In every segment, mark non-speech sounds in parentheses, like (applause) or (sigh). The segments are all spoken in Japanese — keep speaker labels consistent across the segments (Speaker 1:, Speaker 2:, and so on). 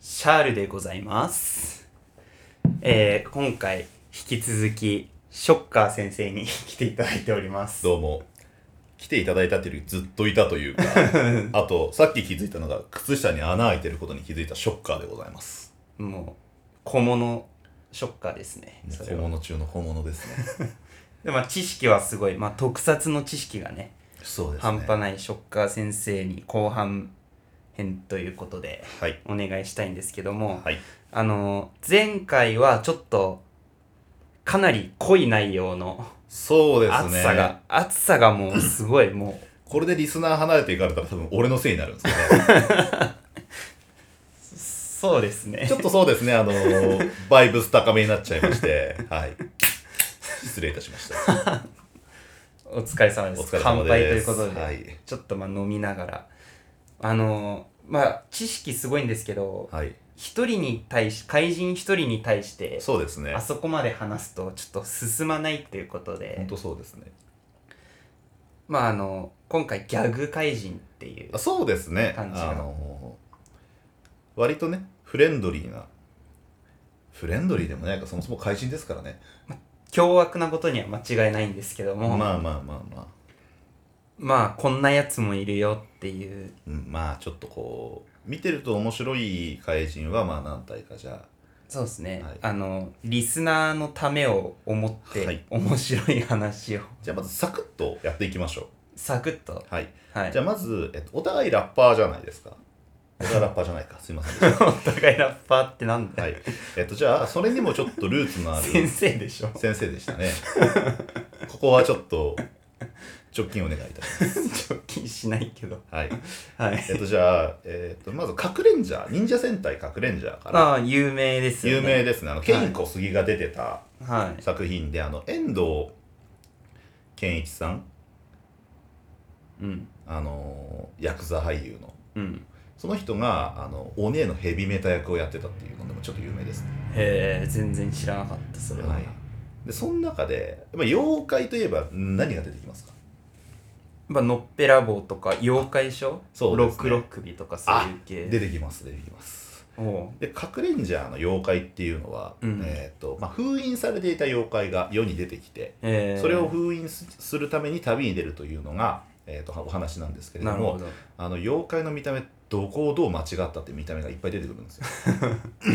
Speaker 1: シャールでございます。えー、今回、引き続き、ショッカー先生に来ていただいております。
Speaker 2: どうも。来ていただいたというよりずっといたと (laughs) いうか、あと、さっき気づいたのが、靴下に穴開いてることに気づいたショッカーでございます。
Speaker 1: もう、小物ショッカーですね。それ
Speaker 2: 本
Speaker 1: は
Speaker 2: 物中の本物ですね。
Speaker 1: で、まあ、知識はすごい、まあ、特撮の知識がね、
Speaker 2: そうですね。
Speaker 1: 半端ないショッカー先生に後半編ということで、
Speaker 2: はい。
Speaker 1: お願いしたいんですけども、
Speaker 2: はい。
Speaker 1: あの、前回はちょっと、かなり濃い内容の
Speaker 2: そうですね。
Speaker 1: 暑さが、暑さがもうすごい、もう、
Speaker 2: これでリスナー離れていかれたら多分俺のせいになるん (laughs) ですけど、ね、
Speaker 1: そうですね
Speaker 2: ちょっとそうですね、あのーバイブス高めになっちゃいまして、はい。失礼いたしま (laughs) した。
Speaker 1: お疲れ様で
Speaker 2: お
Speaker 1: す
Speaker 2: 疲れ様です。
Speaker 1: 乾杯ということで、
Speaker 2: はい。
Speaker 1: ちょっとまあ飲みながらあのまあ知識すごいんですけど
Speaker 2: はい。
Speaker 1: 一、人に対し怪人一人に対して
Speaker 2: そうですね
Speaker 1: あ。そこまで話すとちょっと進まないっていうこと
Speaker 2: 本
Speaker 1: で
Speaker 2: 当そうですね。
Speaker 1: まああの今回ギャグ怪人っていう
Speaker 2: あそうですね
Speaker 1: 感じが
Speaker 2: あの割とねフレンドリーなフレンドリーでもないかそもそも怪人ですからね
Speaker 1: 凶悪なことには間違いないんですけども、
Speaker 2: まあまあまあまあ、
Speaker 1: まあこんなやつもいるよっていう
Speaker 2: うん、まあちょっとこう見てると面白い怪人はまあ何体かじゃ
Speaker 1: そうですね、
Speaker 2: はい
Speaker 1: あのリスナーのためを思って、
Speaker 2: はい
Speaker 1: 面白い話を
Speaker 2: じゃあまずサクッとやっていきましょ
Speaker 1: サクッと
Speaker 2: うはい
Speaker 1: はい
Speaker 2: じゃあまず、えっと、お互いラッパーじゃないですかお互いラッパーじゃないか (laughs) すいませんでし
Speaker 1: お互いラッパーってなん
Speaker 2: た
Speaker 1: だ
Speaker 2: は
Speaker 1: よ、
Speaker 2: いえっとじゃあそれにもちょっとルーツのある
Speaker 1: 先生でしょ
Speaker 2: 先生でしたねここはちょっと直近お願いいたします
Speaker 1: 直近しないけど
Speaker 2: はい
Speaker 1: はい
Speaker 2: えっとじゃあ、えっとまずカクレンジャー忍者戦隊カクレンジャーから
Speaker 1: ああ有名ですよ
Speaker 2: 有
Speaker 1: ね
Speaker 2: 名ですねあのケインコ杉が出てた
Speaker 1: はい
Speaker 2: 作品で、あの遠藤健一さん
Speaker 1: うん
Speaker 2: あのーヤクザ俳優の
Speaker 1: うん
Speaker 2: その人があのお姉のヘビメタ役をやってたっていうのでもちょっと有名ですね、
Speaker 1: へえ全然知らなかったそれは、
Speaker 2: はいでその中で、まあ、妖怪といえば何が出てきますか
Speaker 1: まあのっぺらぼうとか妖怪書
Speaker 2: そう
Speaker 1: ロ
Speaker 2: ですね
Speaker 1: ックロックビとかそういう系
Speaker 2: 出てきます出てきます
Speaker 1: おう
Speaker 2: でカクレンジャーの妖怪っていうのは、
Speaker 1: うん
Speaker 2: えっとまあ、封印されていた妖怪が世に出てきて
Speaker 1: へえ
Speaker 2: それを封印すするために旅に出るというのが、えー、とお話なんですけれど
Speaker 1: なるほ
Speaker 2: も
Speaker 1: ど
Speaker 2: あの妖怪の見た目どこをどう間違ったって見た目がいっぱい出てくるんですよ。 (laughs)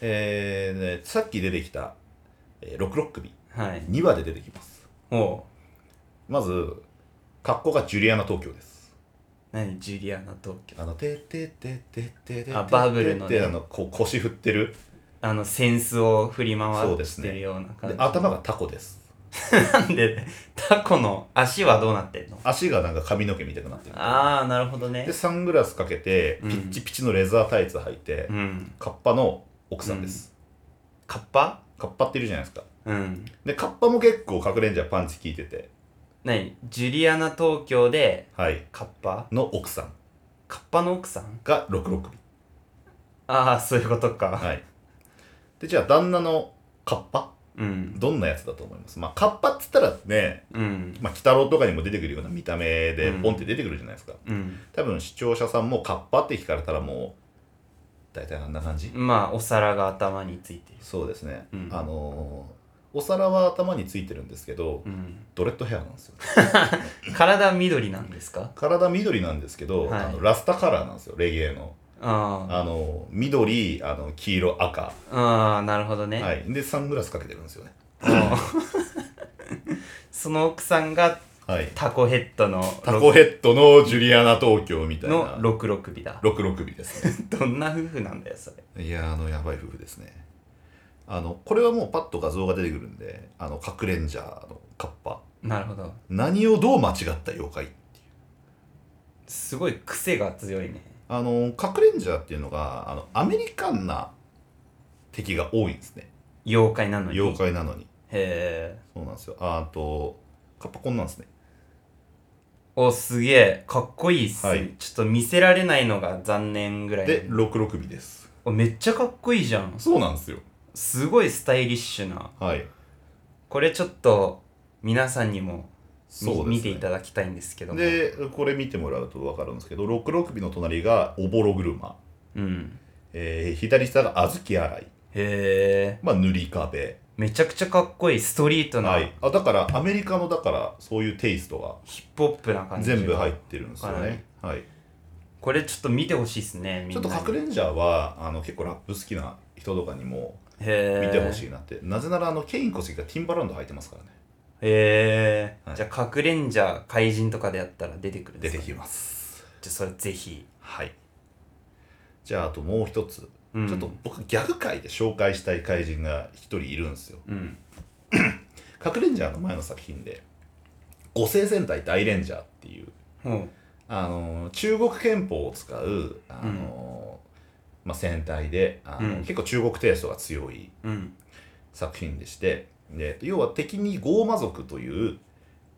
Speaker 2: えーねさっき出てきた「えー、ロクロックビ
Speaker 1: はい」
Speaker 2: 2話で出てきます。
Speaker 1: おう
Speaker 2: まず格好がジュリアナ東京です。
Speaker 1: 何ジュリアナ東京
Speaker 2: あのてってってってってて
Speaker 1: あバブルのね
Speaker 2: てってあのこう腰振ってる
Speaker 1: あのセンスを振り回
Speaker 2: そうで
Speaker 1: っ
Speaker 2: す
Speaker 1: て
Speaker 2: ね
Speaker 1: るような感
Speaker 2: で
Speaker 1: じ、
Speaker 2: 頭がタコです
Speaker 1: なんでタコの足はどうなってんの
Speaker 2: 足がなんか髪の毛みたいになってる
Speaker 1: ああなるほどね
Speaker 2: でサングラスかけて
Speaker 1: う
Speaker 2: ピ
Speaker 1: ん
Speaker 2: ッチピチのレザータイツ履いて、
Speaker 1: うん
Speaker 2: カッパの奥さんです、
Speaker 1: カッパ
Speaker 2: カッパっているじゃないですか
Speaker 1: うん
Speaker 2: でカッパも結構隠れんじゃパンチ効いてて
Speaker 1: 何ジュリアナ東京で
Speaker 2: はい
Speaker 1: カッパ
Speaker 2: の奥さん
Speaker 1: カッパの奥さん
Speaker 2: が660
Speaker 1: ああそういうことか、
Speaker 2: はいでじゃあ旦那のカッパ
Speaker 1: うん
Speaker 2: どんなやつだと思いますまあカッパっつったらね
Speaker 1: うん
Speaker 2: まあ鬼太郎とかにも出てくるような見た目で
Speaker 1: うん
Speaker 2: ポンって出てくるじゃないですか、
Speaker 1: うん
Speaker 2: 多分視聴者さんもカッパって聞かれたらもう大体あんな感じ、
Speaker 1: まあお皿が頭についてる
Speaker 2: そうですね、
Speaker 1: うん
Speaker 2: あのーお皿は頭についてるんですけど、
Speaker 1: うん
Speaker 2: ドレッドヘアなんですよ
Speaker 1: 体緑なんですか
Speaker 2: 体緑なんですけど、
Speaker 1: はい
Speaker 2: あのラスタカラーなんですよレゲエの
Speaker 1: あ
Speaker 2: あの緑あの黄色赤、
Speaker 1: あああなるほどね、
Speaker 2: はい、でサングラスかけてるんですよね
Speaker 1: あー (laughs) その奥さんが
Speaker 2: はい
Speaker 1: タコヘッドの
Speaker 2: タコヘッドのジュリアナ東京みたい
Speaker 1: の
Speaker 2: な
Speaker 1: 六六尾だ
Speaker 2: 六六尾ですね
Speaker 1: どんな夫婦なんだよそれ
Speaker 2: いやーあのやばい夫婦ですねあのこれはもうパッと画像が出てくるんであのカクレンジャーのカッパ
Speaker 1: なるほど
Speaker 2: 何をどう間違った妖怪
Speaker 1: すごい癖が強いね
Speaker 2: あのカクレンジャーっていうのがあのアメリカンな敵が多いんですね
Speaker 1: 妖怪なのに
Speaker 2: 妖怪なのに
Speaker 1: へえ
Speaker 2: そうなんですよあとカッパこんなんですね
Speaker 1: おすげえかっこいいっす、
Speaker 2: はい
Speaker 1: ちょっと見せられないのが残念ぐらい
Speaker 2: で66尾です
Speaker 1: おめっちゃかっこいいじゃん
Speaker 2: そうなんですよ
Speaker 1: すごいスタイリッシュな
Speaker 2: はい
Speaker 1: これちょっと皆さんにも
Speaker 2: そうですね
Speaker 1: 見ていただきたいんですけども
Speaker 2: でこれ見てもらうと分かるんですけど66尾の隣がおぼろ車、
Speaker 1: うん
Speaker 2: えー左下が小豆洗い、
Speaker 1: へえ
Speaker 2: まあ、塗り壁、
Speaker 1: めちゃくちゃかっこいいストリートな、
Speaker 2: はい、あだからアメリカのだからそういうテイスト
Speaker 1: ヒップホップな
Speaker 2: が
Speaker 1: 感じが
Speaker 2: 全部入ってるんですよね、はい、
Speaker 1: これちょっと見てほしいですねみん
Speaker 2: ちょ
Speaker 1: な
Speaker 2: っ
Speaker 1: に
Speaker 2: と隠れんじゃーはあの結構ラップ好きな人とかにも
Speaker 1: へえ
Speaker 2: 見てほし
Speaker 1: い
Speaker 2: いなって、なぜならあのケイン小関がティンバランド履いてますからね
Speaker 1: へえ、
Speaker 2: はい
Speaker 1: じゃあ隠れんじゃ怪人とかでやったら出てくるんで
Speaker 2: 出
Speaker 1: す
Speaker 2: て
Speaker 1: か
Speaker 2: きます
Speaker 1: じゃあそれぜひ
Speaker 2: はいじゃああともう一つ、
Speaker 1: うん
Speaker 2: ちょっと僕ギャグ界で紹介したい怪人が一人いるんですよ
Speaker 1: うん
Speaker 2: 「カクレンジャー」の前の作品で「五星戦隊大レンジャー」っていう、
Speaker 1: ほ
Speaker 2: あのー中国拳法を使う、あのーまあ、戦隊で、あのー
Speaker 1: うん
Speaker 2: 結構中国テイストが強いう
Speaker 1: うん
Speaker 2: 作品でしてで要は敵にゴーマ族という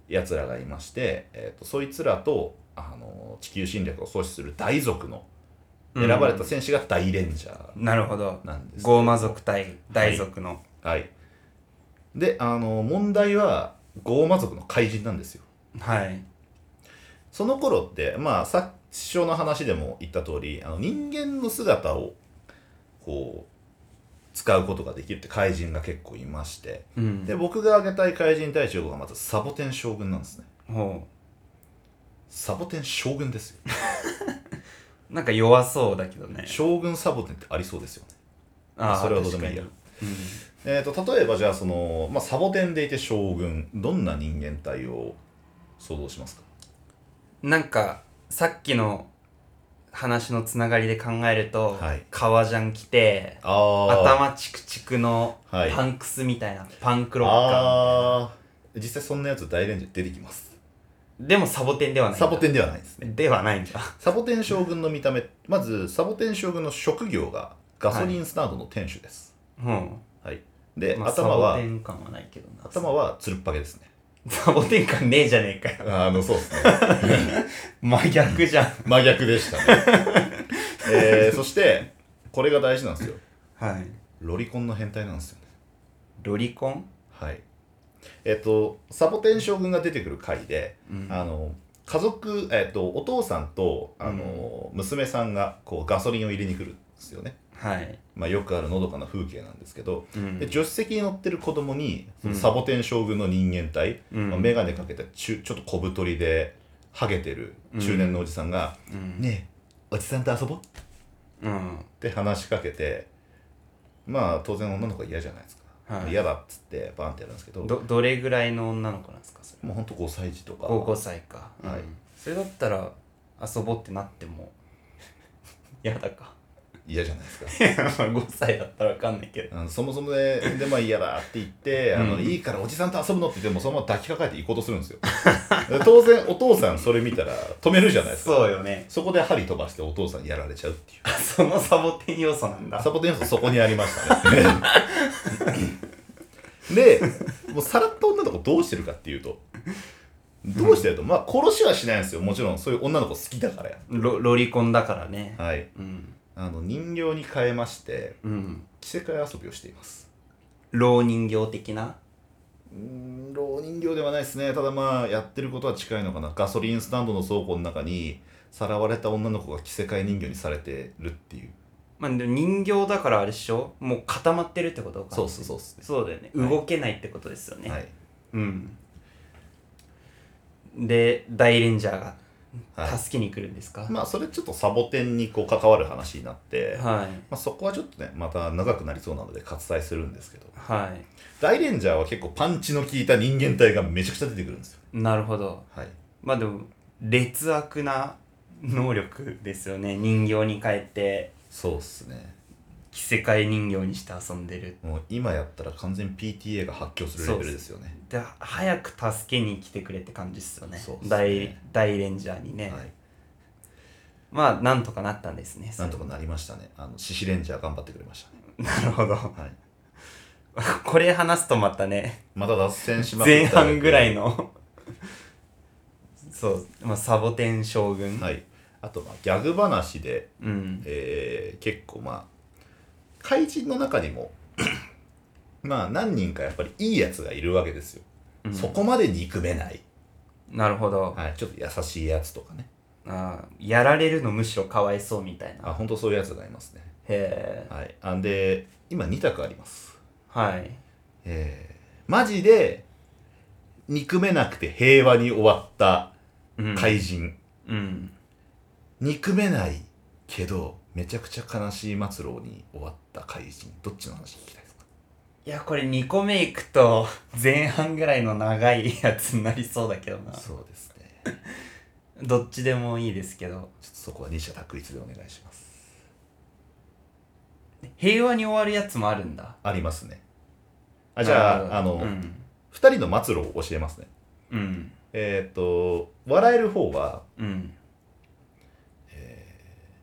Speaker 2: やつらがいまして、えー、とそいつらと、あのー地球侵略を阻止する大族の選ばれた戦士が大レンジャー
Speaker 1: なるほど
Speaker 2: なんですけど
Speaker 1: ゴーマ族対大族の、
Speaker 2: はい。で、あの、問題は、ゴーマ族の怪人なんですよ。
Speaker 1: はい
Speaker 2: その頃って、まあ、最初の話でも言った通り、あの人間の姿を、こう、使うことができるって怪人が結構いまして。
Speaker 1: うん
Speaker 2: で、僕が挙げたい怪人対象がまずサボテン将軍なんですね。
Speaker 1: ほ
Speaker 2: サボテン将軍ですよ。
Speaker 1: うなんか弱そうだけどね
Speaker 2: 将軍サボテンってありそうですよね。
Speaker 1: ああ
Speaker 2: それはどうでもいいや
Speaker 1: 確か
Speaker 2: えー、と例えばじゃあその、まあ、サボテンでいて将軍どんな人間体を想像しますか
Speaker 1: になんかさっきの話のつながりで考えると、
Speaker 2: はい
Speaker 1: 革ジャン着て
Speaker 2: ああ
Speaker 1: 頭チクチクの
Speaker 2: はい
Speaker 1: パンクスみたいな、パンクロッカ
Speaker 2: あー実際そんなやつ大レンジャー出てきます
Speaker 1: ーでもサボテンではないんだ
Speaker 2: サボテンではないですね
Speaker 1: ではないん
Speaker 2: (laughs)
Speaker 1: だ
Speaker 2: サボテン将軍の見た目まずサボテン将軍の職業がガソリンスタンドの店主です、
Speaker 1: うん、
Speaker 2: はいで、
Speaker 1: まあ、
Speaker 2: 頭
Speaker 1: サボ
Speaker 2: は
Speaker 1: テン感はないけどな
Speaker 2: 頭はつるっぱげですね
Speaker 1: サボテン感ねえじゃねえかよ
Speaker 2: あのそうですね
Speaker 1: 真逆じゃん
Speaker 2: (laughs) 真逆でしたね (laughs) えー、そしてこれが大事なんですよ
Speaker 1: はい
Speaker 2: ロリコンの変態なんですよね
Speaker 1: ロリコン
Speaker 2: はいえっ、とサボテン将軍が出てくる回で
Speaker 1: うん
Speaker 2: あの家族、えっとお父さんとあの、娘さんがこうガソリンを入れに来るんですよね、
Speaker 1: はい、
Speaker 2: まあ、よくあるのどかな風景なんですけど、
Speaker 1: うん
Speaker 2: で助手席に乗ってる子供にその
Speaker 1: うん
Speaker 2: サボテン将軍の人間体、
Speaker 1: うん
Speaker 2: まあ、眼鏡かけたちゅちょっと小太りでハゲてる中年のおじさんが
Speaker 1: う
Speaker 2: 「
Speaker 1: ん
Speaker 2: ねえおじさんと遊ぼう」っ
Speaker 1: うん
Speaker 2: て話しかけてまあ当然女の子は嫌じゃないですか、
Speaker 1: はい
Speaker 2: 嫌だっつってバンってやるんですけど
Speaker 1: どどれぐらいの女の子なんですかそれ
Speaker 2: もうほんと5歳児とか
Speaker 1: 5歳か、
Speaker 2: はい
Speaker 1: うんそれだったら遊ぼうってなっても (laughs) やだ (laughs) か
Speaker 2: 嫌じゃないですか (laughs)
Speaker 1: 5歳だったらわかんないけど
Speaker 2: あのそもそもで、でまあ嫌だって
Speaker 1: (laughs)
Speaker 2: 言って、あ
Speaker 1: う
Speaker 2: の
Speaker 1: ん
Speaker 2: いいからおじさんと遊ぶのって言っても、そのまま抱きかかえて行こうとするんですよ。で当然、お父さんそれ見たら止めるじゃないですか。
Speaker 1: そうよね
Speaker 2: そこで針飛ばしてお父さんにやられちゃうっていう。
Speaker 1: そのサボテン要素なんだ
Speaker 2: サボテン要素そこにありました (laughs) ね。で、もうさらっと女の子どうしてるかっていうと、どうしてると、まあ殺しはしないんですよ。もちろんそういう女の子好きだからや。
Speaker 1: ロロリコンだからね、
Speaker 2: はい。
Speaker 1: うん
Speaker 2: あの人形に変えまして、
Speaker 1: うん
Speaker 2: 着せ替え遊びをしています。
Speaker 1: 老人形的な
Speaker 2: うーん老人形ではないですねただまあやってることは近いのかなガソリンスタンドの倉庫の中にさらわれた女の子が着せ替え人形にされてるっていう
Speaker 1: まあでも人形だからあれでしょもう固まってるってことか
Speaker 2: そうそうそうっすね
Speaker 1: そうだよね、
Speaker 2: はい
Speaker 1: 動けないってことですよね、
Speaker 2: はい、
Speaker 1: うんで大レンジャー
Speaker 2: は
Speaker 1: が
Speaker 2: い、
Speaker 1: 助けに来るんですか、
Speaker 2: まあそれちょっとサボテンにこう関わる話になって、ま
Speaker 1: はい
Speaker 2: あ、そこはちょっとねまた長くなりそうなので割愛するんですけど
Speaker 1: はい
Speaker 2: 大レンジャーは結構パンチの効いた人間体がめちゃくちゃ出てくるんですよ
Speaker 1: なるほど
Speaker 2: はい
Speaker 1: まあでも劣悪な能力ですよね人形に変えて
Speaker 2: そうっすね
Speaker 1: 着せ替え人形にして遊んでる
Speaker 2: もう今やったら完全に PTA が発狂するレベルですよね
Speaker 1: で早く助けに来てくれって感じっすよね
Speaker 2: そうっすね
Speaker 1: 大大レンジャーにね、
Speaker 2: はい
Speaker 1: まあなんとかなったんですね
Speaker 2: なんとかなりましたねあの獅子レンジャー頑張ってくれましたね
Speaker 1: なるほど
Speaker 2: はい
Speaker 1: (laughs) これ話すとまたね
Speaker 2: また脱線しまくった
Speaker 1: 前半ぐらいの (laughs) そう、まあ、サボテン将軍、
Speaker 2: はいあとまあギャグ話で、
Speaker 1: うん
Speaker 2: えー結構まあ怪人の中にも (coughs) まあ何人かやっぱりいいやつがいるわけですよ、
Speaker 1: うん
Speaker 2: そこまで憎めない
Speaker 1: なるほど、
Speaker 2: はい、ちょっと優しいやつとかね
Speaker 1: あーやられるのむしろかわいそうみたいな
Speaker 2: あ
Speaker 1: へ
Speaker 2: 本当そういうやつがいますね
Speaker 1: え
Speaker 2: はいあんで今2択あります
Speaker 1: はい
Speaker 2: えーマジで憎めなくて平和に終わった
Speaker 1: うん
Speaker 2: 怪人、
Speaker 1: うん
Speaker 2: 憎めないけどめちゃくちゃ悲しい末路に終わった怪人どっちの話聞きたいですか
Speaker 1: いやこれ2個目いくと (laughs) 前半ぐらいの長い (laughs) やつになりそうだけどな
Speaker 2: そうですねちょっ
Speaker 1: どっちでもいいですけど
Speaker 2: とそこは二者択一でお願いします
Speaker 1: 平和に終わるやつもあるんだ
Speaker 2: ありますねあじゃああの、
Speaker 1: う
Speaker 2: 二
Speaker 1: ん、
Speaker 2: 人の末路を教えますね
Speaker 1: うん
Speaker 2: えーっ、と笑える方は
Speaker 1: うん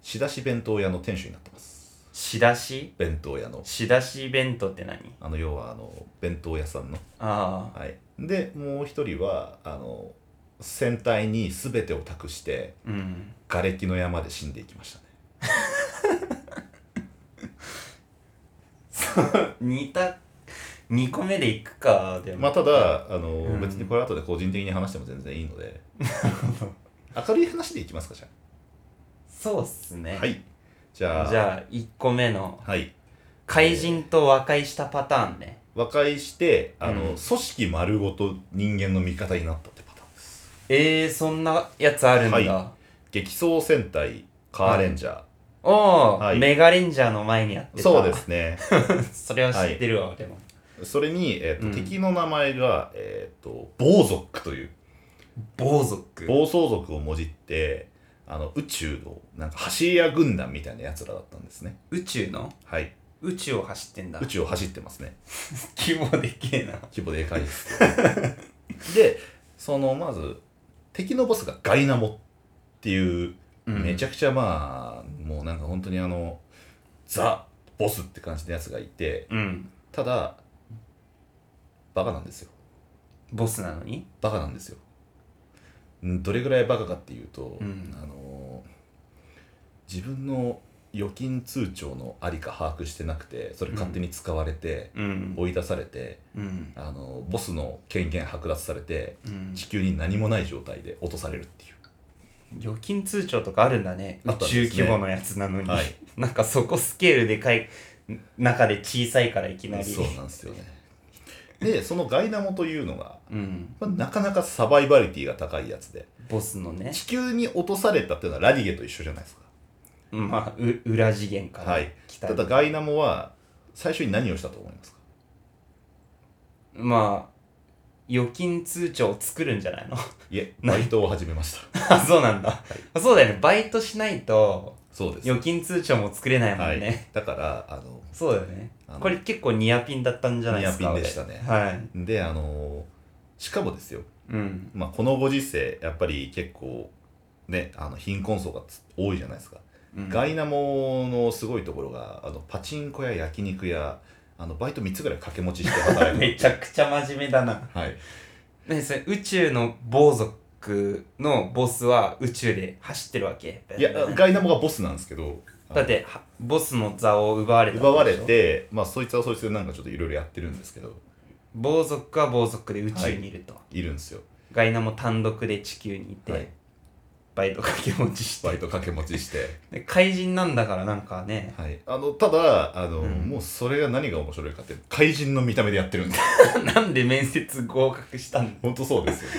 Speaker 2: 仕出し弁当屋の店主になってます
Speaker 1: 仕出し
Speaker 2: 弁当屋の
Speaker 1: 仕出し弁当って何
Speaker 2: あの要はあの弁当屋さんの
Speaker 1: ああ
Speaker 2: はい、でもう一人はあの船体に全てを託して
Speaker 1: うん
Speaker 2: 瓦礫の山で死んでいきましたね
Speaker 1: 似た2個目でいくかでも
Speaker 2: まあただあの、
Speaker 1: うん
Speaker 2: 別にこれ後で個人的に話しても全然いい
Speaker 1: (laughs)
Speaker 2: ので明るい話でいきますかじゃ
Speaker 1: そうっすね
Speaker 2: あはいじゃあ
Speaker 1: じゃあ1個目の
Speaker 2: はい
Speaker 1: 怪人と和解したパターンね
Speaker 2: 和解してあの、
Speaker 1: うん
Speaker 2: 組織丸ごと人間の味方になったってパターンです
Speaker 1: えー、そんなやつあるんだ、
Speaker 2: はい激走戦隊カーレンジャー、
Speaker 1: おお、
Speaker 2: はい
Speaker 1: メガレンジャーの前にやってた
Speaker 2: そうで
Speaker 1: (laughs)
Speaker 2: すね
Speaker 1: すそれは知ってるわ、でも
Speaker 2: それに、えっと
Speaker 1: うん
Speaker 2: 敵の名前が、えっと暴族という
Speaker 1: 暴族
Speaker 2: 暴走族をもじってあの宇宙のなんか走り屋軍団みたいなやつらだったんですね
Speaker 1: 宇宙の
Speaker 2: はい
Speaker 1: 宇宙を走ってん
Speaker 2: (laughs)
Speaker 1: だ
Speaker 2: 宇宙を走ってますね
Speaker 1: 規模でけえな
Speaker 2: 規模でかいです
Speaker 1: (laughs)
Speaker 2: でそのまず敵のボスがガイナモっていう、めち
Speaker 1: ゃ
Speaker 2: ゃくちゃまあもうなんか本当にあのザ・ボスって感じのやつがいて
Speaker 1: うん
Speaker 2: ただバカなんですよ
Speaker 1: ボスなのに
Speaker 2: バカなんですよんどれぐらいバカかっていうと、
Speaker 1: うん
Speaker 2: あのー自分の預金通帳のありか把握してなくてそれ勝手に使われて、
Speaker 1: うん
Speaker 2: 追い出されて、
Speaker 1: うん
Speaker 2: あのーボスの権限剥奪されて
Speaker 1: うん
Speaker 2: 地球に何もない状態で落とされるっていう
Speaker 1: 預金通帳とかあるんだね
Speaker 2: あ
Speaker 1: 宇
Speaker 2: ったんですね
Speaker 1: 宙規模のやつなのに、
Speaker 2: はい
Speaker 1: (laughs) なんかそこスケールでかい中で小さいからいきなり
Speaker 2: そうなんですよねでそのガイナモというのが、
Speaker 1: うん
Speaker 2: まあなかなかサバイバリティが高いやつで
Speaker 1: ボスのね
Speaker 2: 地球に落とされたっていうのはラディゲと一緒じゃないですか
Speaker 1: まあう裏次元から、
Speaker 2: はい
Speaker 1: 来た
Speaker 2: ただガイナモは最初に何をしたと思いますか
Speaker 1: まあ預金通帳を作るんじゃないの (laughs)
Speaker 2: いえバイトを始めました
Speaker 1: あそうなんだ、そうだよねバイトしないと
Speaker 2: そうです
Speaker 1: 預金通帳も作れないも
Speaker 2: は
Speaker 1: ん
Speaker 2: い、
Speaker 1: ね、
Speaker 2: だからあの
Speaker 1: そうだよね
Speaker 2: あの
Speaker 1: これ結構ニアピンだったんじゃないですか
Speaker 2: ニアピンでしたね
Speaker 1: 俺はい
Speaker 2: であのしかもですよ、
Speaker 1: うん
Speaker 2: まあ、このご時世やっぱり結構ねあの貧困層がつ多いじゃないですか、
Speaker 1: うん
Speaker 2: ガイナモのすごいところがあのパチンコや焼肉やあのバイト3つぐらい掛け持ちして働
Speaker 1: (laughs)
Speaker 2: いて
Speaker 1: めちゃくちゃ真面目だな
Speaker 2: はい、
Speaker 1: ねそれ宇宙の暴族のボスは宇宙で走ってるわけ
Speaker 2: いやガイナモがボスなんですけど
Speaker 1: だってはボスの座を奪われたんでしょ
Speaker 2: 奪われて、まあ、そいつはそいつでなんかちょっといろいろやってるんですけど
Speaker 1: 暴族は暴族で宇宙にいると、
Speaker 2: いるんですよ、
Speaker 1: ガイナも単独で地球にいて、
Speaker 2: はい
Speaker 1: バイト掛け持ちして
Speaker 2: バイト掛け持ちして
Speaker 1: で怪人なんだからなんかね
Speaker 2: はい、あのただあの、
Speaker 1: うん
Speaker 2: もうそれが何が面白いかって怪人の見た目でやってるんで (laughs)
Speaker 1: なんで面接合格したん
Speaker 2: 本当そうですよ、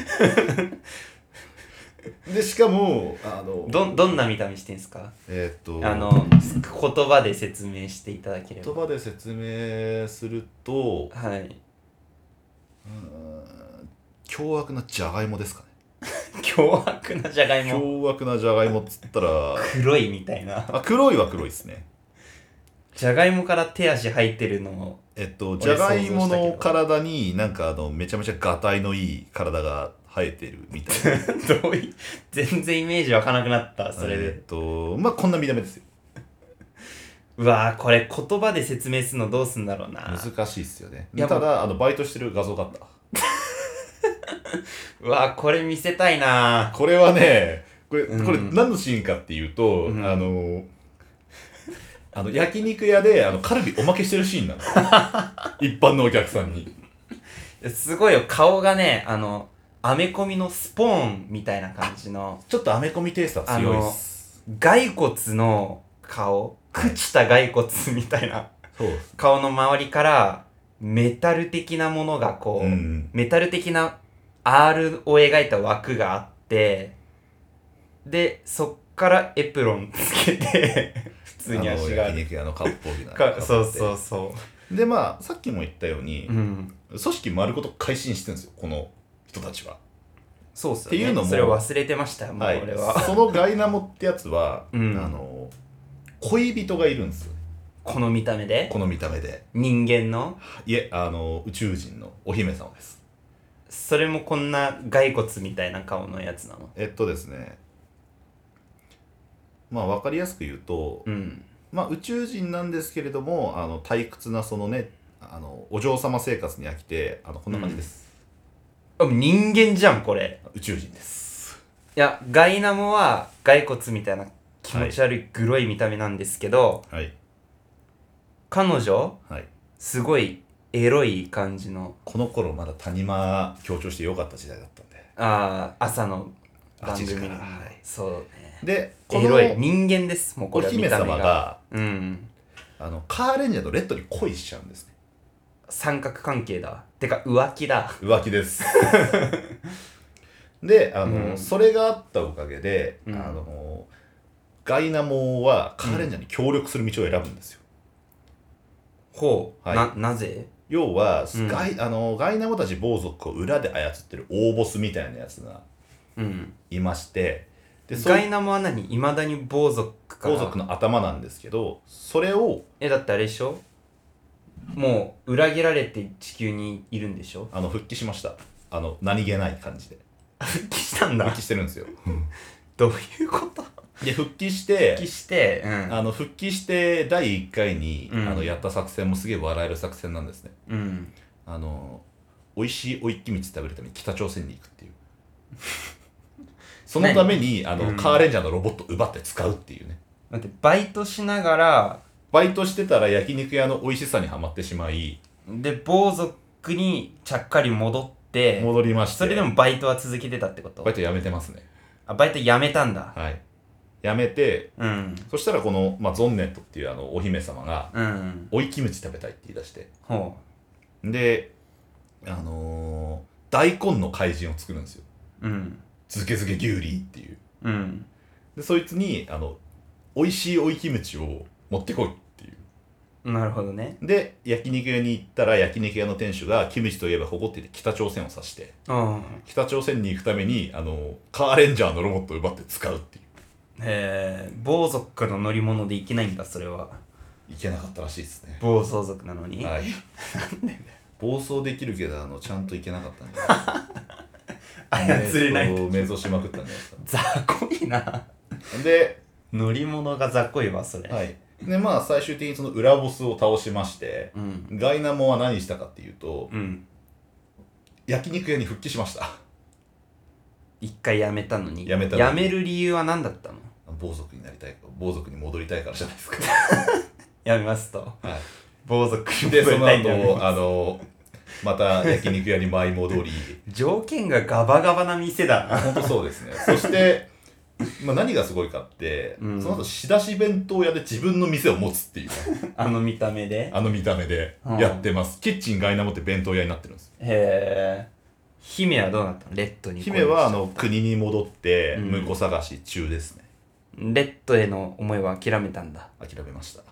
Speaker 1: (laughs)
Speaker 2: でしかもあの
Speaker 1: どどんな見た目してんすか
Speaker 2: えーっと
Speaker 1: あの言葉で説明していただけれ
Speaker 2: 言
Speaker 1: ば
Speaker 2: 葉で説明すると
Speaker 1: はいう
Speaker 2: ーん凶悪なじゃがいもですかね
Speaker 1: 凶悪なじゃがいも
Speaker 2: 凶悪なじゃがいもっつったら
Speaker 1: 黒いみたいな
Speaker 2: あ黒いは黒いですね
Speaker 1: じゃがいもから手足入ってるの (laughs) を
Speaker 2: えっと
Speaker 1: 俺
Speaker 2: じゃがいも
Speaker 1: 想像し
Speaker 2: の
Speaker 1: たけ
Speaker 2: 体になんかあのめちゃめちゃがたいのいい体が生えてるみたいな
Speaker 1: どうい全然イメージ湧かなくなった (laughs) それで、
Speaker 2: えっとまあこんな見た目ですよ
Speaker 1: うわーこれ言葉で説明するのどうすんだろうな
Speaker 2: 難しいっすよね
Speaker 1: いや
Speaker 2: ただあのバイトしてる画像があった
Speaker 1: うわーこれ見せたいな
Speaker 2: これはねこれ,、
Speaker 1: うん
Speaker 2: これ何のシーンかっていうと、
Speaker 1: うん
Speaker 2: あのあの焼肉屋であのカルビおまけしてるシー (laughs) ンなの一般のお客さんに
Speaker 1: すごいよ顔がねあのアメコミのスポーンみたいな感じの
Speaker 2: ちょっとアメコミテイストは強いです
Speaker 1: 骸骨の顔朽ちた骸骨みたいな
Speaker 2: そうです
Speaker 1: 顔の周りからメタル的なものがこう、
Speaker 2: うん
Speaker 1: メタル的な R を描いた枠があってでそっからエプロン (laughs) つけて普通に足が
Speaker 2: あ
Speaker 1: あ
Speaker 2: の
Speaker 1: る
Speaker 2: 焼肉屋のカッポギな
Speaker 1: かそうそううそ
Speaker 2: でまあさっきも言ったように、
Speaker 1: ううん
Speaker 2: 組織丸ごと改心してるんですよこの人たちは
Speaker 1: そうっすよ
Speaker 2: っていうのも
Speaker 1: それを忘れてましたもう
Speaker 2: はい
Speaker 1: 俺は (laughs)
Speaker 2: そのガイナモってやつは、
Speaker 1: うん
Speaker 2: あの恋人がいるんですよね
Speaker 1: この見た目で
Speaker 2: この見た目で
Speaker 1: 人間の
Speaker 2: いえあの宇宙人のお姫様です
Speaker 1: それもこんな骸骨みたいな顔のやつなの
Speaker 2: えっとですねまあ分かりやすく言うと、
Speaker 1: うん
Speaker 2: まあ、宇宙人なんですけれどもあの退屈なそのねあのお嬢様生活に飽きてあのこんな感じです、
Speaker 1: あ人間じゃんこれ
Speaker 2: 宇宙人です
Speaker 1: いやガイナモは骸骨みたいな気持ち悪いグロい見た目なんですけど、
Speaker 2: はい
Speaker 1: 彼女
Speaker 2: はい
Speaker 1: すごいエロい感じの
Speaker 2: この頃まだ谷間強調してよかった時代だったんで
Speaker 1: あー朝の番
Speaker 2: 8時か
Speaker 1: 組
Speaker 2: ら
Speaker 1: の
Speaker 2: はい
Speaker 1: そうね
Speaker 2: でこ
Speaker 1: エロい
Speaker 2: の
Speaker 1: 人間ですもうこ
Speaker 2: お
Speaker 1: れは見
Speaker 2: 姫
Speaker 1: た目
Speaker 2: 様
Speaker 1: が
Speaker 2: が
Speaker 1: うん
Speaker 2: あのカーレンジャーとレッドに恋しちゃうんですね
Speaker 1: 三角関係だてか浮気だ
Speaker 2: 浮気です (laughs) であの、
Speaker 1: うん
Speaker 2: それがあったおかげで、
Speaker 1: うん
Speaker 2: あのガイナモはカーレンジャーに協力する道を選ぶんですよ、
Speaker 1: ほう、
Speaker 2: はい
Speaker 1: ななぜ
Speaker 2: 要は、
Speaker 1: うん
Speaker 2: ガイあのガイナモたち暴族を裏で操ってる大ボスみたいなやつが
Speaker 1: うん
Speaker 2: いましてでそ
Speaker 1: ガイナモは何いまだに暴族か
Speaker 2: 王族の頭なんですけどそれを
Speaker 1: えだってあれでしょもう裏切られて地球にいるんでしょ
Speaker 2: あの復帰しましたあの何気ない感じで
Speaker 1: 復帰したん
Speaker 2: (laughs) 復帰してるんですよ
Speaker 1: (laughs) どういうこと
Speaker 2: で復帰し
Speaker 1: 復帰
Speaker 2: て
Speaker 1: して、うん
Speaker 2: あの復帰して第1回に、
Speaker 1: うん
Speaker 2: あのやった作戦もすげえ笑える作戦なんですね
Speaker 1: うん、
Speaker 2: あの美味しいおいっきみつ食べるために北朝鮮に行くっていうそのためにあの、
Speaker 1: うん
Speaker 2: カーレンジャーのロボットを奪って使うっていうね
Speaker 1: 待ってバイトしながら
Speaker 2: バイトしてたら焼肉屋の美味しさにはまってしまい
Speaker 1: で暴族にちゃっかり戻って
Speaker 2: 戻りまして
Speaker 1: それでもバイトは続けてたってこと
Speaker 2: バイト辞めてますね
Speaker 1: あバイトやめたんだ
Speaker 2: はい辞めて
Speaker 1: うん
Speaker 2: そしたらこの、まあ、ゾンネットっていうあのお姫様が
Speaker 1: うん
Speaker 2: おいキムチ食べたいって言い出して
Speaker 1: ほ
Speaker 2: であのー大根の怪人を作るんですよ
Speaker 1: ううん
Speaker 2: ズケズケギュウリーっていう
Speaker 1: うん
Speaker 2: でそいつにあの美味しいおいキムチを持ってこいっていう
Speaker 1: なるほどね
Speaker 2: で焼肉屋に行ったら焼肉屋の店主がキムチといえば誇っていて北朝鮮を指して
Speaker 1: うん
Speaker 2: 北朝鮮に行くためにあのカーレンジャーのロボットを奪って使うっていう
Speaker 1: へえ暴族の乗り物でいけないんだそれはい
Speaker 2: けなかったらしいですね
Speaker 1: 暴走族なのに、
Speaker 2: はい暴走できるけどあのちゃんといけなかったんじゃない
Speaker 1: 操れない
Speaker 2: 瞑想瞑想しまくったんじゃないです
Speaker 1: 雑魚いな
Speaker 2: かで、
Speaker 1: 乗り物が雑魚いわそれ、
Speaker 2: はい、でまあ最終的にその裏ボスを倒しまして
Speaker 1: うん
Speaker 2: ガイナモは何したかっていうと
Speaker 1: うん
Speaker 2: 焼肉屋に復帰しました
Speaker 1: 一回やめたのに
Speaker 2: やめたのに
Speaker 1: やめる理由は何だったの
Speaker 2: 暴族になりたい暴族に戻りたいからじゃないですか、
Speaker 1: やめますと
Speaker 2: は
Speaker 1: (laughs) 暴族
Speaker 2: い、
Speaker 1: に
Speaker 2: でそ
Speaker 1: 戻り
Speaker 2: の
Speaker 1: たいんだよね
Speaker 2: 後あのまた焼肉屋に舞い戻り
Speaker 1: 条件がガバガバな店だな
Speaker 2: 本当そう
Speaker 1: (laughs)
Speaker 2: ですねそして、まあ、何がすごいかって、
Speaker 1: うん
Speaker 2: その後仕出し弁当屋で自分の店を持つっていう
Speaker 1: (laughs) あの見た目で
Speaker 2: あの見た目で
Speaker 1: うん
Speaker 2: やってます、キッチンガイナモって弁当屋になってるんです
Speaker 1: へえ姫はどうなったのレッドに
Speaker 2: 姫はあの国に戻って
Speaker 1: うん
Speaker 2: 婿探し中ですね、
Speaker 1: レッドへの思いは諦めたんだ
Speaker 2: 諦めました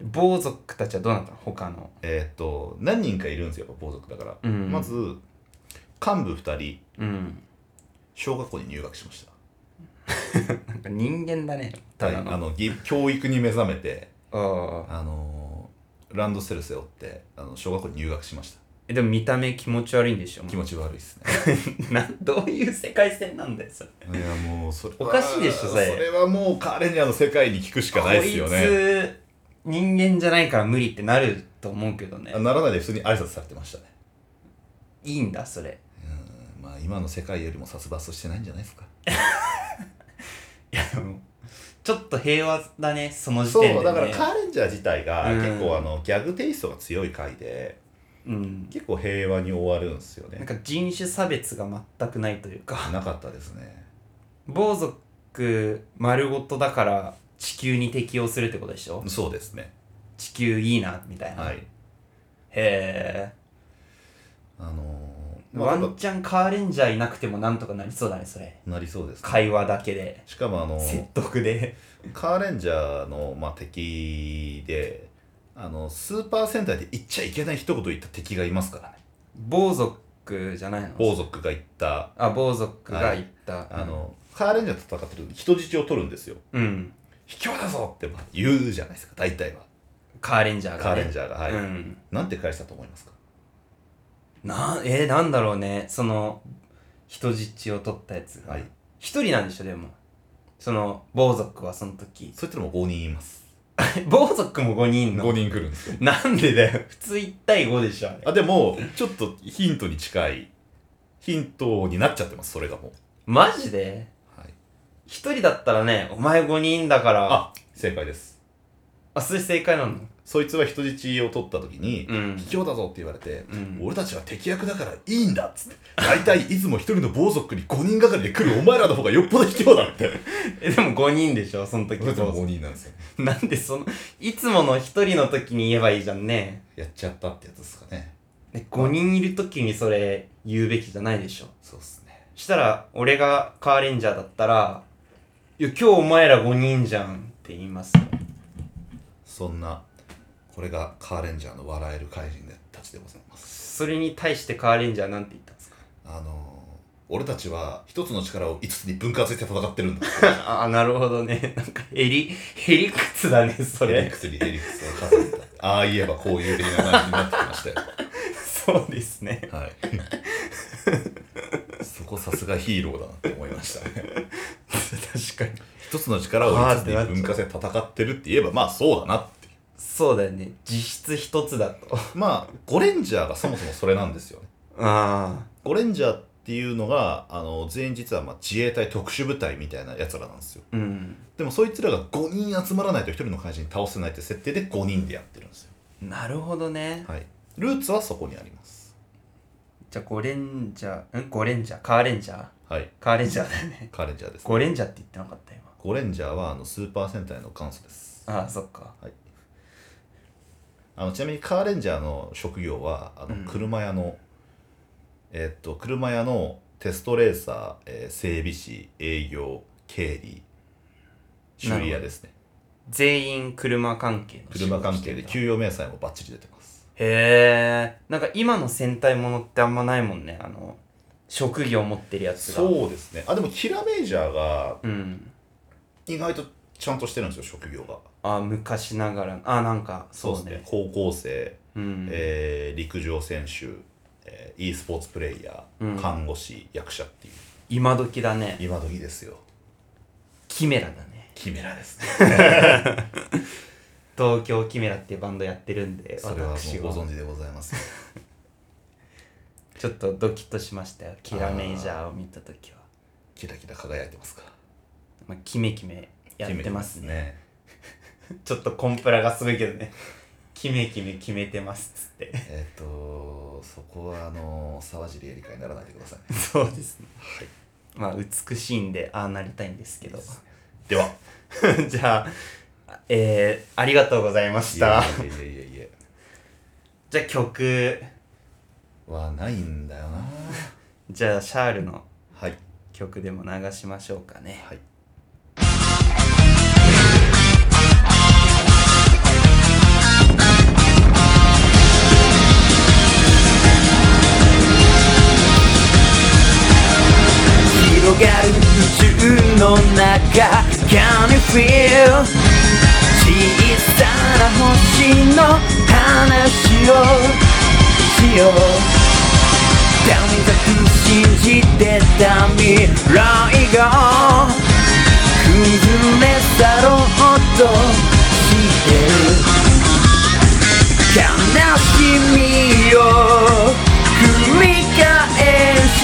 Speaker 1: 暴族たちはどうなったの他の
Speaker 2: えーっと何人かいるんですよやっぱ暴族だから、
Speaker 1: うん
Speaker 2: まず幹部2人
Speaker 1: うん
Speaker 2: 小学校に入学しました
Speaker 1: なんか人間だねた
Speaker 2: はい、
Speaker 1: だ
Speaker 2: あ
Speaker 1: の
Speaker 2: のぎ (laughs) 教育に目覚めて、
Speaker 1: ああ
Speaker 2: あのーランドセル背負ってあの小学校に入学しました
Speaker 1: えでも見た目気持ち悪いんでしょ
Speaker 2: 気持ち悪いですね
Speaker 1: (laughs) などういう世界線なんだよそれ
Speaker 2: いやもうそれ
Speaker 1: お
Speaker 2: は
Speaker 1: かしいでしょ
Speaker 2: そ
Speaker 1: それ
Speaker 2: れはもうカーレンジャーの世界に聞くしかないですよ
Speaker 1: こい
Speaker 2: ね
Speaker 1: つ人間じゃないから無理ってなると思うけどね
Speaker 2: あならないで普通に挨拶されてましたね
Speaker 1: いいんだそれ
Speaker 2: うんまあ今の世界よりも殺伐してないんじゃないですか
Speaker 1: いやでもちょっと平和だねその時点で、
Speaker 2: そ
Speaker 1: ね、
Speaker 2: うだからカーレンジャー自体が
Speaker 1: うん
Speaker 2: 結構あのギャグテイストが強い回で
Speaker 1: うん、
Speaker 2: 結構平和に終わるんですよ
Speaker 1: なん
Speaker 2: ね
Speaker 1: か人種差別が全くないというか
Speaker 2: なかったですね
Speaker 1: 暴族丸ごとだから地球に適応するってことでしょ
Speaker 2: そうですね
Speaker 1: 地球いいなみたいな、
Speaker 2: は
Speaker 1: へ
Speaker 2: い
Speaker 1: え、
Speaker 2: あのーま
Speaker 1: ワ
Speaker 2: あ、なん
Speaker 1: ン
Speaker 2: か
Speaker 1: チャンカーレンジャーいなくてもなんとかなりそうだねそれ
Speaker 2: なりそうですね
Speaker 1: 会話だけで
Speaker 2: しかもあの
Speaker 1: 説得で
Speaker 2: カーレンジャーの、まあ、敵であのスーパー戦隊で言っちゃいけない一言言った敵がいますからね
Speaker 1: 暴族じゃないの
Speaker 2: 暴族が言った
Speaker 1: あ暴族が言った、
Speaker 2: あの、カーレンジャーと戦ってる時人質を取るんですよ
Speaker 1: うん
Speaker 2: 卑怯だぞってまあ言うじゃないですか大体は
Speaker 1: カーレンジャーが、ね、
Speaker 2: カーレンジャーがはい、
Speaker 1: うん
Speaker 2: なんて返したと思いますか
Speaker 1: なえー、なんだろうねその人質を取ったやつが
Speaker 2: はい
Speaker 1: 一人なんでしょでもその暴族はその時 (laughs)
Speaker 2: そういったのも5人います
Speaker 1: 暴族も5人いん
Speaker 2: 5
Speaker 1: の
Speaker 2: 人来るんですよ
Speaker 1: なんでだよ普 (laughs) 通1対5でしょあれ
Speaker 2: あでもちょっとヒントに近いヒントになっちゃってますそれがもう
Speaker 1: マジで
Speaker 2: はい
Speaker 1: 一人だったらねお前5人だから
Speaker 2: あ正解です
Speaker 1: あそれ正解なの
Speaker 2: そいつは人質を取った時に、
Speaker 1: うん
Speaker 2: 卑怯だぞって言われて、
Speaker 1: うん
Speaker 2: 俺たちは敵役だからいいんだっつって大体いつも一人の暴族に5人がかりで来るお前らの方がよっぽど卑怯だって
Speaker 1: えでも5人でしょその時
Speaker 2: 5人なんですよ
Speaker 1: なんでそのいつもの一人の時に言えばいいじゃんね
Speaker 2: やっちゃったってやつですかね
Speaker 1: で5人いる時にそれ言うべきじゃないでしょ
Speaker 2: そうっすね
Speaker 1: したら俺がカーレンジャーだったら「いや今日お前ら5人じゃん」って言いますよ
Speaker 2: そんなこれがカーレンジャーの笑える怪人たちでございます
Speaker 1: それに対してカーレンジャーなんて言ったんですか
Speaker 2: あのー俺たちは一つの力を5つに分割して戦ってるんだ
Speaker 1: あなるほどね (laughs) なんかへりへりくつだねそ
Speaker 2: ヘリ
Speaker 1: れ
Speaker 2: クスにヘリクスを重ねたああ言えばこういう的な感じになってきましたよ
Speaker 1: そうですね
Speaker 2: はい。 (laughs) そこさすがヒーローだなって思いましたね。
Speaker 1: 確かに
Speaker 2: 一つの力を一つに文化で戦ってるって言えばまあそうだなってい
Speaker 1: そうだよね実質一つだと
Speaker 2: う。まあゴレンジャーがそもそもそれなんですよね。
Speaker 1: あ
Speaker 2: ゴレンジャーっていうのがあの全員実はまあ自衛隊特殊部隊みたいなやつらなんですよ。
Speaker 1: あうん
Speaker 2: でもそいつらが5人集まらないと1人の怪人倒せないって設定で5人でやってるんですよ。
Speaker 1: なるほどね
Speaker 2: はい。ルーツはそこにあります。
Speaker 1: じゃあゴレンジャーんゴレンジャーカーレンジャー
Speaker 2: はい。
Speaker 1: カーレンジャーだよ (laughs) ね
Speaker 2: カーレンジャーです。
Speaker 1: ゴレンジャーって言ってなかった今
Speaker 2: ゴレンジャーはあのスーパー戦隊の元祖です。
Speaker 1: ああそっか
Speaker 2: はい、あのちなみにカーレンジャーの職業はあ
Speaker 1: う
Speaker 2: の
Speaker 1: ん
Speaker 2: 車屋の、えーっと車屋のテストレーサー、えー整備士営業経理修理屋ですね
Speaker 1: 全員車関係の仕事
Speaker 2: 車関
Speaker 1: して
Speaker 2: 係
Speaker 1: んだ
Speaker 2: で給与明細もバッチリ出てます
Speaker 1: へえんか今の戦隊ものってあんまないもんねあの職業持ってるやつがう
Speaker 2: そうですねあでもキラメイジャーが
Speaker 1: ん
Speaker 2: 意外とちゃんとしてるんですよ職業が
Speaker 1: あ昔ながらあなんかそうね
Speaker 2: です高校生、
Speaker 1: うん、
Speaker 2: えー陸上選手、えー e スポーツプレイヤー、
Speaker 1: うん
Speaker 2: 看護師役者っていう
Speaker 1: 今時だね
Speaker 2: 今時ですよ
Speaker 1: キメラだね
Speaker 2: キメラですね
Speaker 1: 東京キメラっていうバンドやってるんで
Speaker 2: それはもう
Speaker 1: 私
Speaker 2: ご
Speaker 1: は
Speaker 2: 存知でございますよ
Speaker 1: ちょっとドキッとしましたよキラメイジャーを見た時は
Speaker 2: キラキラ輝いてますか
Speaker 1: まあ、キメキメやってますね
Speaker 2: ね
Speaker 1: ちょっとコンプラがすごいけどねキメキメ決めてますっつって
Speaker 2: えっ、とそこはあの沢尻エリカにならないでくださいね
Speaker 1: そうですね
Speaker 2: はい
Speaker 1: まあ美しいんでああなりたいんですけど
Speaker 2: では
Speaker 1: (laughs) じゃあえー、ありがとうございました
Speaker 2: いえいえいえいえいえ
Speaker 1: じゃあ曲
Speaker 2: はないんだよな
Speaker 1: じゃあシャールの
Speaker 2: はい
Speaker 1: 曲でも流しましょうかね
Speaker 2: はい
Speaker 1: 広がる宇宙の中 Can you feel 小さな星の話をしようダメだく信じてた未来が崩れ去ろうとしてる悲しみを繰り返し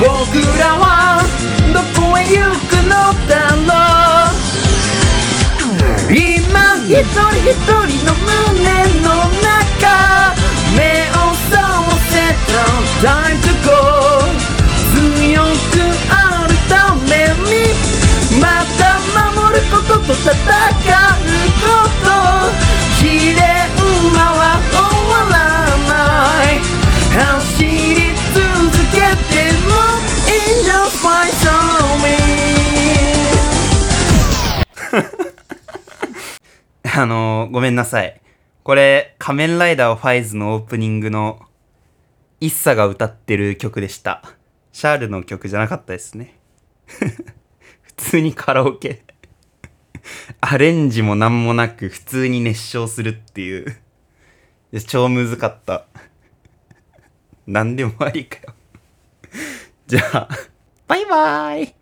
Speaker 1: 僕らはどこへ行くのだろう今一人一人の胸の中
Speaker 3: time to go 強くあるためにまた守ることと戦うこと試練は終わらない走り続けても In your fight on me
Speaker 1: あのー、ごめんなさい。これ、仮面ライダーファイズのオープニングの、イッサが歌ってる曲でした。シャールの曲じゃなかったですね。普通にカラオケ。アレンジも何もなく、普通に熱唱するっていう。いや超むずかった。何でもありかよ。じゃあ、バイバーイ